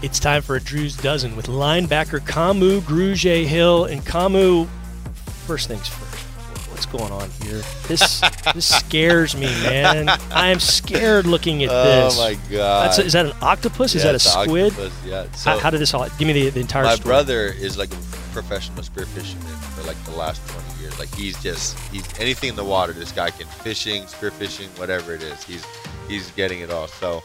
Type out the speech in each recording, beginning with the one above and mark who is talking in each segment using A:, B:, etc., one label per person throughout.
A: It's time for a Drew's Dozen with linebacker Kamu Grugier Hill. And Kamu, first things first, what's going on here? This this scares me, man. I am scared looking at
B: Oh
A: this.
B: my god!
A: That's a- is that an octopus? is that
B: Yeah,
A: a
B: it's an
A: squid?
B: octopus, Yeah. So
A: How, how did this all? Give me the, the entire
B: my
A: story.
B: brother is like a professional spear fisherman for like the last 20 years. Like he's just he's anything in the water. This guy can fishing, spear fishing, whatever it is. He's he's getting it all. So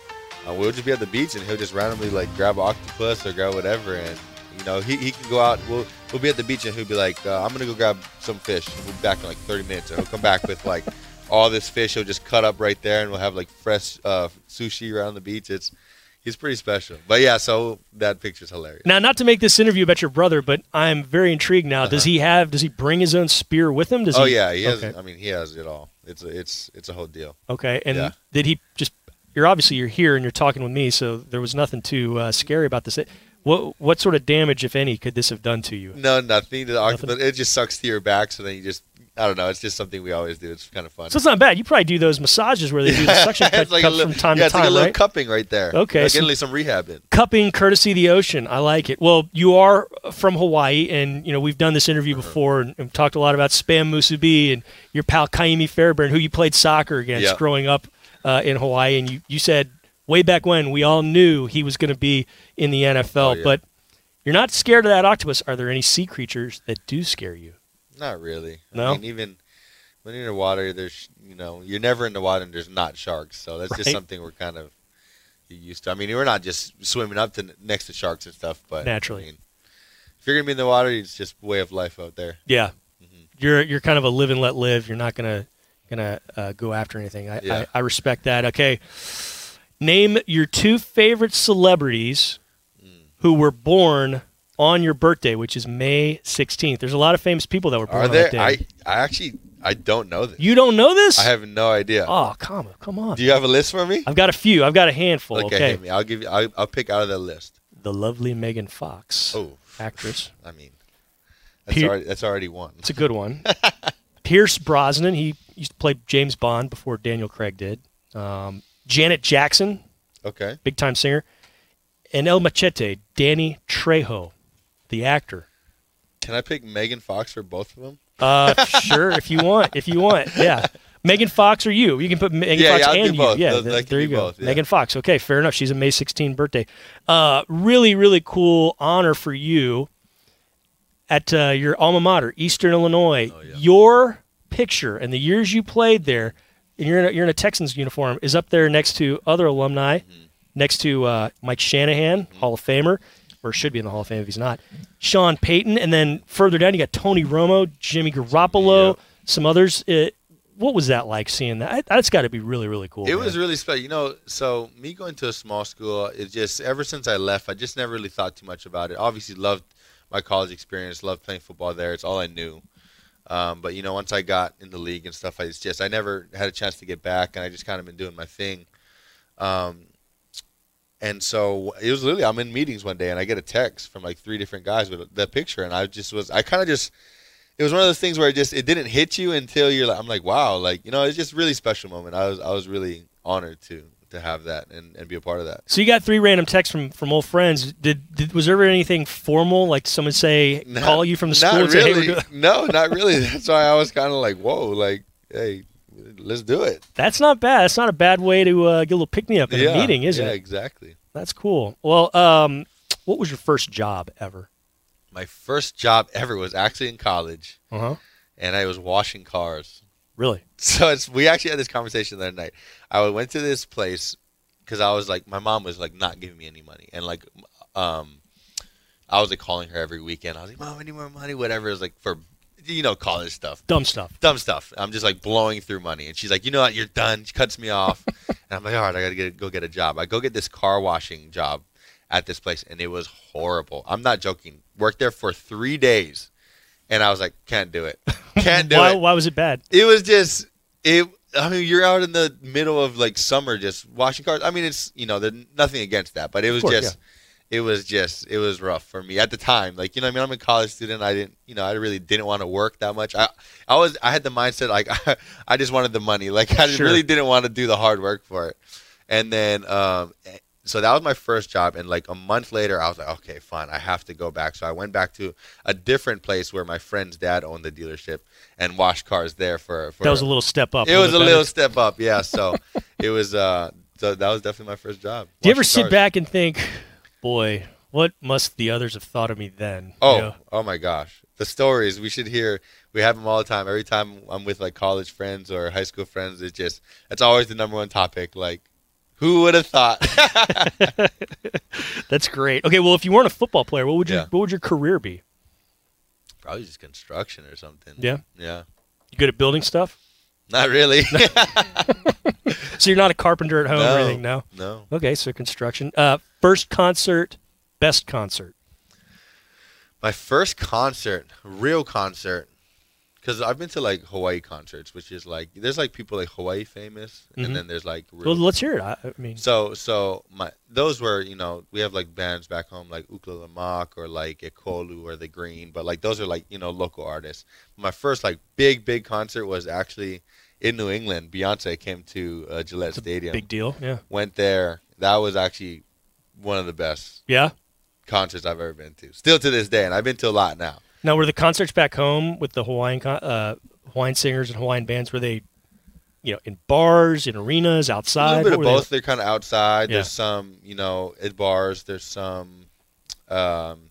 B: uh, we'll just be at the beach and he'll just randomly like grab an octopus or grab whatever and. You know, he, he can go out. We'll we'll be at the beach and he'll be like, uh, I'm gonna go grab some fish. We'll be back in like 30 minutes. And he'll come back with like all this fish. He'll just cut up right there, and we'll have like fresh uh, sushi around the beach. It's he's pretty special. But yeah, so that picture's hilarious.
A: Now, not to make this interview about your brother, but I'm very intrigued now. Does
B: Uh-huh.
A: he have? Does he bring his own spear with him? Does
B: oh
A: he,
B: yeah, he has.
A: Okay.
B: I mean, he has it all. It's a, it's it's a whole deal.
A: Okay. And
B: Yeah.
A: did he just? You're obviously you're here and you're talking with me, so there was nothing too uh, scary about this. What what sort of damage, if any, could this have done to you?
B: No, nothing to the octopus. It just sucks to your back, so then you just I don't know. It's just something we always do. It's kind of fun.
A: So it's not bad. You probably do those massages where they do the suction cut,
B: it's like a
A: cups
B: little,
A: from time
B: yeah,
A: to
B: it's like a
A: time,
B: little
A: right?
B: cupping right there.
A: Okay,
B: like,
A: so-
B: getting some rehab in.
A: cupping courtesy of the ocean. I like it. Well, you are from Hawaii, and you know we've done this interview
B: Uh-huh.
A: before, and, and talked a lot about spam musubi and your pal Kaimi Fairbairn, who you played soccer against
B: Yeah.
A: growing up uh, in Hawaii, and you you said way back when we all knew he was going to be in the NFL,
B: Oh, yeah.
A: but you're not scared of that octopus. Are there any sea creatures that do scare you?
B: Not really.
A: No?
B: I mean, even when you're in the water, there's you know you're never in the water and there's not sharks. So that's just
A: Right.
B: something we're kind of used to. I mean, we're not just swimming up to next to sharks and stuff, but
A: Naturally.
B: I mean, if you're gonna be in the water, it's just way of life out there.
A: Yeah,
B: Mhm.
A: you're you're kind of a live and let live. You're not gonna gonna uh, go after anything. I,
B: Yeah.
A: I I respect that. Okay, name your two favorite celebrities
B: Mm.
A: who were born on your birthday, which is May 16th. There's a lot of famous people that were born
B: Are
A: on
B: there?
A: that day.
B: I I actually I don't know this.
A: you don't know this?
B: I have no idea.
A: oh, come on, come on.
B: Do you have a list for me?
A: I've got a few. I've got a handful.
B: okay,
A: Okay,
B: hit me. I'll give you. I'll, I'll pick out of the list.
A: the lovely Megan Fox,
B: Oh,
A: actress.
B: I mean, that's
A: Pe-
B: already that's already one.
A: It's a good one. Pierce Brosnan. He used to play James Bond before Daniel Craig did. Um, Janet Jackson,
B: Okay.
A: big time singer, and El Machete, Danny Trejo, the actor.
B: Can I pick Megan Fox for both of them?
A: Uh, sure, if you want, if you want, yeah. Megan Fox or you? You can put Megan
B: Yeah,
A: Fox
B: yeah, I'll
A: and
B: do
A: you.
B: both.
A: Yeah,
B: Those-
A: th-
B: I can
A: there you
B: do
A: go.
B: both, yeah.
A: Megan Fox. Okay, fair enough. She's a May 16 birthday. Uh, really, really cool honor for you at uh, your alma mater, Eastern Illinois.
B: Oh, yeah.
A: Your picture and the years you played there, and you're in a, you're in a Texans uniform, is up there next to other alumni, next to uh, Mike Shanahan, Hall of Famer, or should be in the Hall of Fame if he's not, Sean Payton, and then further down you got Tony Romo, Jimmy Garoppolo, some others. It, what was that like seeing that? I- That's got to be really really cool.
B: It
A: man.
B: was really special. You know, so me going to a small school, it just ever since I left, I just never really thought too much about it. Obviously, loved my college experience, loved playing football there. It's all I knew. Um, but you know, once I got in the league and stuff, I it's just I never had a chance to get back, and I just kind of been doing my thing. Um, and so it was literally I'm in meetings one day, and I get a text from like three different guys with that picture, and I just was I kind of just it was one of those things where it just it didn't hit you until you're like I'm like wow like you know it's just a really special moment. I was I was really honored to to have that and, and be a part of that.
A: So you got three random texts from from old friends. Did, did was there ever anything formal like someone say
B: Not-
A: call you from the
B: not
A: school and say hey
B: really.
A: we're doing
B: no, not really. That's why I was kind of like whoa like hey let's do it.
A: That's not bad. That's not a bad way to uh, get a little pick me up in a meeting, isn't
B: yeah,
A: it?
B: exactly.
A: That's cool. Well, um, what was your first job ever?
B: My first job ever was actually in college,
A: Uh huh.
B: and I was washing cars.
A: Really?
B: so it's we actually had this conversation the other night. I went to this place because I was like, my mom was like not giving me any money, and like, um, I was like calling her every weekend. I was like, mom, I need more money, whatever. It was like for, you know, college stuff,
A: Dumb stuff.
B: dumb stuff. I'm just like blowing through money, and she's like, you know what, you're done. She cuts me off, and I'm like, all right, I gotta get go get a job. I go get this car washing job at this place, and it was horrible. I'm not joking. Worked there for three days, and I was like, can't do it, can't do
A: why,
B: it
A: why was it bad?
B: it was just it i mean you're out in the middle of like summer just washing cars i mean it's you know there's nothing against that but it was
A: course,
B: just it was just it was rough for me at the time like you know what i mean i'm a college student i didn't you know i really didn't want to work that much i i was i had the mindset like i, just wanted the money like i just
A: Sure.
B: really didn't want to do the hard work for it and then um so that was my first job and like a month later i was like okay fine i have to go back so i went back to a different place where my friend's dad owned the dealership and washed cars there for, for
A: That was a little step up.
B: it was a
A: bit
B: little
A: better.
B: step up yeah so it was uh so that was definitely my first job
A: Do you ever
B: washing
A: sit
B: cars.
A: back and think, boy, what must the others have thought of me then? You
B: Oh,
A: know?
B: oh my gosh. The stories we should hear. We have them all the time. Every time I'm with like college friends or high school friends, it's just that's always the number one topic. Like, who would have thought?
A: that's great. Okay, well, if you weren't a football player, what would you
B: Yeah.
A: what would your career be?
B: Probably just construction or something.
A: Yeah.
B: Yeah.
A: You good at building stuff?
B: Not really.
A: So you're not a carpenter at home
B: No.
A: or anything? No.
B: no.
A: Okay, so construction. Uh, first concert, best concert.
B: My first concert, real concert, because I've been to like Hawaii concerts, which is like there's like people like Hawaii famous,
A: Mhm.
B: and then there's like real
A: Well, let's hear it. I, I mean,
B: So so my those were you know we have like bands back home like Ukla Lamak or like Ekolu or The Green, but like those are like you know local artists. My first like big big concert was actually in New England. Beyonce came to uh, Gillette
A: It's a
B: Stadium.
A: big deal. Yeah.
B: Went there. That was actually one of the best
A: Yeah.
B: concerts I've ever been to. Still to this day, and I've been to a lot now.
A: Now, were the concerts back home with the Hawaiian con- uh, Hawaiian singers and Hawaiian bands? Were they, you know, in bars, in arenas, outside?
B: A little bit
A: What
B: of
A: were they-
B: both. They? are kind of outside.
A: Yeah.
B: There's some, you know, at bars. There's some. Um,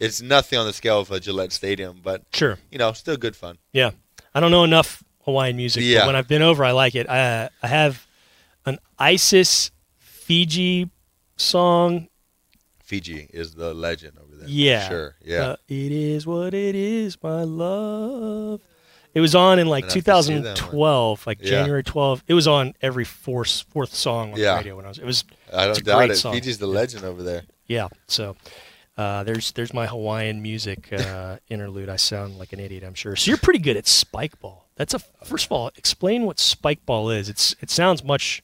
B: it's nothing on the scale of a Gillette Stadium, but
A: Sure.
B: you know, still good fun.
A: Yeah. I don't know enough Hawaiian music, but
B: Yeah.
A: when I've been over, I like it. I, I have an Isis Fiji song.
B: Fiji is the legend over there. for
A: Yeah.
B: sure. Yeah,
A: Uh, it is what it is, my love. It was on in like
B: I'm gonna have to see that one.
A: 2012, like
B: Yeah.
A: January 12. It was on every fourth fourth song on the
B: Yeah.
A: radio when I was. It was
B: I
A: it's
B: don't
A: a
B: doubt
A: great
B: it.
A: song.
B: Fiji's the legend over there.
A: Yeah. So uh, there's there's my Hawaiian music uh, interlude. I sound like an idiot, I'm sure. So you're pretty good at spike ball. That's a first of all, explain what spike ball is. It's it sounds much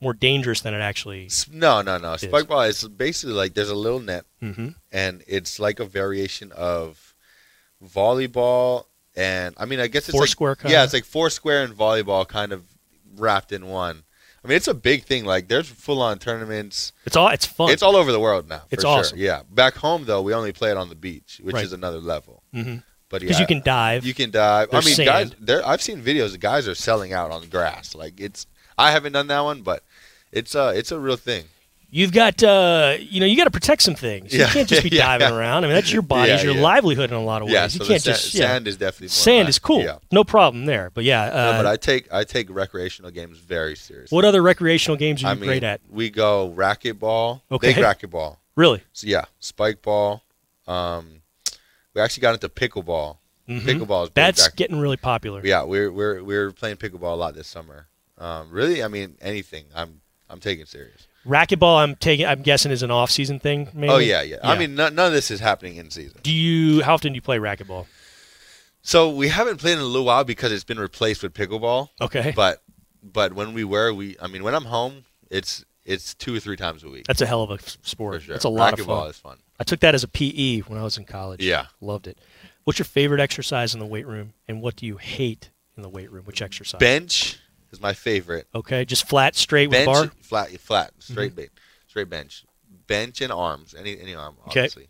A: more dangerous than it actually.
B: S- No, no, no.
A: is.
B: Spikeball is basically like there's a little net,
A: Mm-hmm.
B: and it's like a variation of volleyball, and I mean, I guess it's like
A: Foursquare kinda?
B: Yeah, it's like four square and volleyball kind of wrapped in one. I mean, it's a big thing. Like there's full-on tournaments.
A: It's all it's fun.
B: It's all over the world now.
A: It's
B: for
A: awesome.
B: Sure. Yeah. Back home though, we only play it on the beach, which
A: Right.
B: is another level.
A: mm-hmm.
B: But yeah,
A: Because you can dive.
B: You can dive.
A: There's
B: I mean,
A: sand.
B: guys, there. I've seen videos. of Guys are selling out on grass. Like it's. I haven't done that one, but it's a it's a real thing.
A: You've got uh, you know you got to protect some things. You
B: Yeah.
A: can't just be
B: Yeah.
A: diving around. I mean that's your body's
B: Yeah,
A: your
B: yeah.
A: livelihood in a lot of ways.
B: yeah.
A: you
B: So
A: can't
B: the sa-
A: just yeah.
B: sand is definitely more
A: Sand
B: fun.
A: is cool.
B: Yeah.
A: No problem there. But yeah,
B: No,
A: uh,
B: but I take I take recreational games very seriously.
A: what other recreational games are you
B: I mean,
A: great at?
B: we go racquetball.
A: Okay.
B: Big racquetball.
A: Really?
B: So yeah, spike ball. Um, we actually got into pickleball.
A: Mhm.
B: Pickleball is big
A: That's
B: back-
A: getting really popular.
B: Yeah, we're we're we're playing pickleball a lot this summer. Um, really, I mean anything. I'm I'm taking serious.
A: Racquetball, I'm taking. I'm guessing is an off-season thing. Maybe.
B: Oh yeah, yeah. I
A: Yeah.
B: mean, none, none of this is happening in season.
A: Do you? How often do you play racquetball?
B: So we haven't played in a little while because it's been replaced with pickleball.
A: Okay,
B: But but when we were, we I mean, when I'm home, it's it's two or three times a week.
A: that's a hell of a s-
B: For
A: sport.
B: sure.
A: It's a lot of
B: Racquetball
A: fun.
B: is fun.
A: I took that as a PE when I was in college.
B: Yeah.
A: loved it. What's your favorite exercise in the weight room, and what do you hate in the weight room? Which exercise?
B: Bench is my favorite.
A: Okay, just flat, straight
B: Bench,
A: with Mm-hmm. bar.
B: flat, flat, straight bench, straight bench, bench and arms, any any arm,
A: Okay.
B: obviously.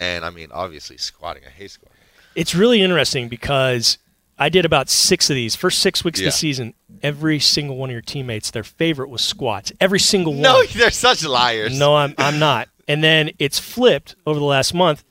B: And I mean, obviously squatting. I hate squatting.
A: It's really interesting because I did about six of these first six weeks
B: Yeah.
A: this season. Every single one of your teammates, their favorite was squats. Every single
B: No,
A: one.
B: they're such liars.
A: No, I'm I'm not. And then it's flipped over the last month.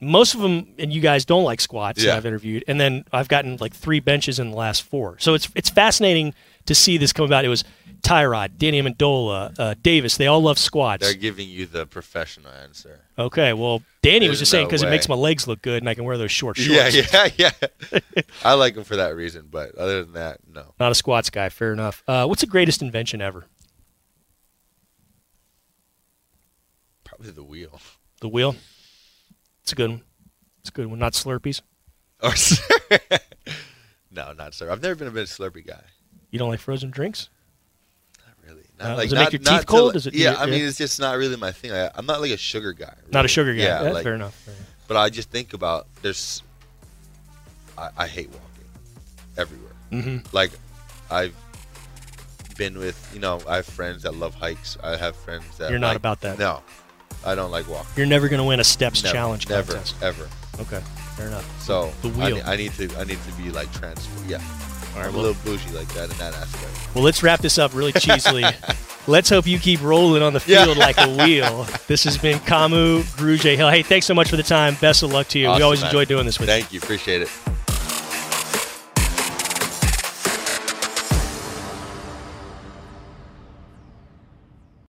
A: Most of them, and you guys don't like squats that
B: Yeah.
A: I've interviewed. And then I've gotten like three benches in the last four. So it's it's fascinating to see this come about. It was Tyrod, Danny Amendola, uh, Davis. They all love squats.
B: they're giving you the professional answer.
A: okay, well, Danny was
B: There's
A: just saying
B: no
A: because it
B: way.
A: makes my legs look good and I can wear those short shorts.
B: Yeah, yeah, yeah. I like them for that reason, but other than that, no.
A: Not a squats guy. Fair enough. Uh, what's the greatest invention ever?
B: Probably the wheel.
A: The wheel. It's a good one. It's a good one. Not Slurpees.
B: Or Slurpee. no, not Slurpee. I've never been a big Slurpee guy.
A: You don't like frozen drinks?
B: Not really.
A: Uh,
B: Not, like,
A: does it make
B: not-
A: your teeth
B: not till-
A: cold? Does it-
B: yeah,
A: yeah,
B: I mean,
A: yeah.
B: it's just not really my thing. I, I'm not like a sugar guy.
A: Not a
B: really.
A: sugar guy.
B: Yeah,
A: Yeah,
B: like-
A: fair enough. Fair enough.
B: But I just think about there's. I, I hate walking everywhere.
A: Mhm.
B: Like, I've been with, you know, I have friends that love hikes. I have friends that
A: You're not
B: like-
A: about that.
B: No, I don't like walking.
A: You're never going to win a steps
B: Never,
A: challenge
B: never,
A: contest.
B: ever.
A: Okay, fair enough.
B: So
A: The
B: I,
A: wheel.
B: ne- I need to, I need to be like transport. Yeah,
A: All right,
B: I'm
A: well,
B: a little bougie like that in that aspect.
A: well, let's wrap this up really cheesily. let's hope you keep rolling on the
B: Yeah.
A: field like a wheel. This has been Kamu Grugier Hill. Hey, thanks so much for the time. Best of luck to you. we
B: Awesome,
A: always
B: man.
A: enjoy doing this with you.
B: Thank you, appreciate it.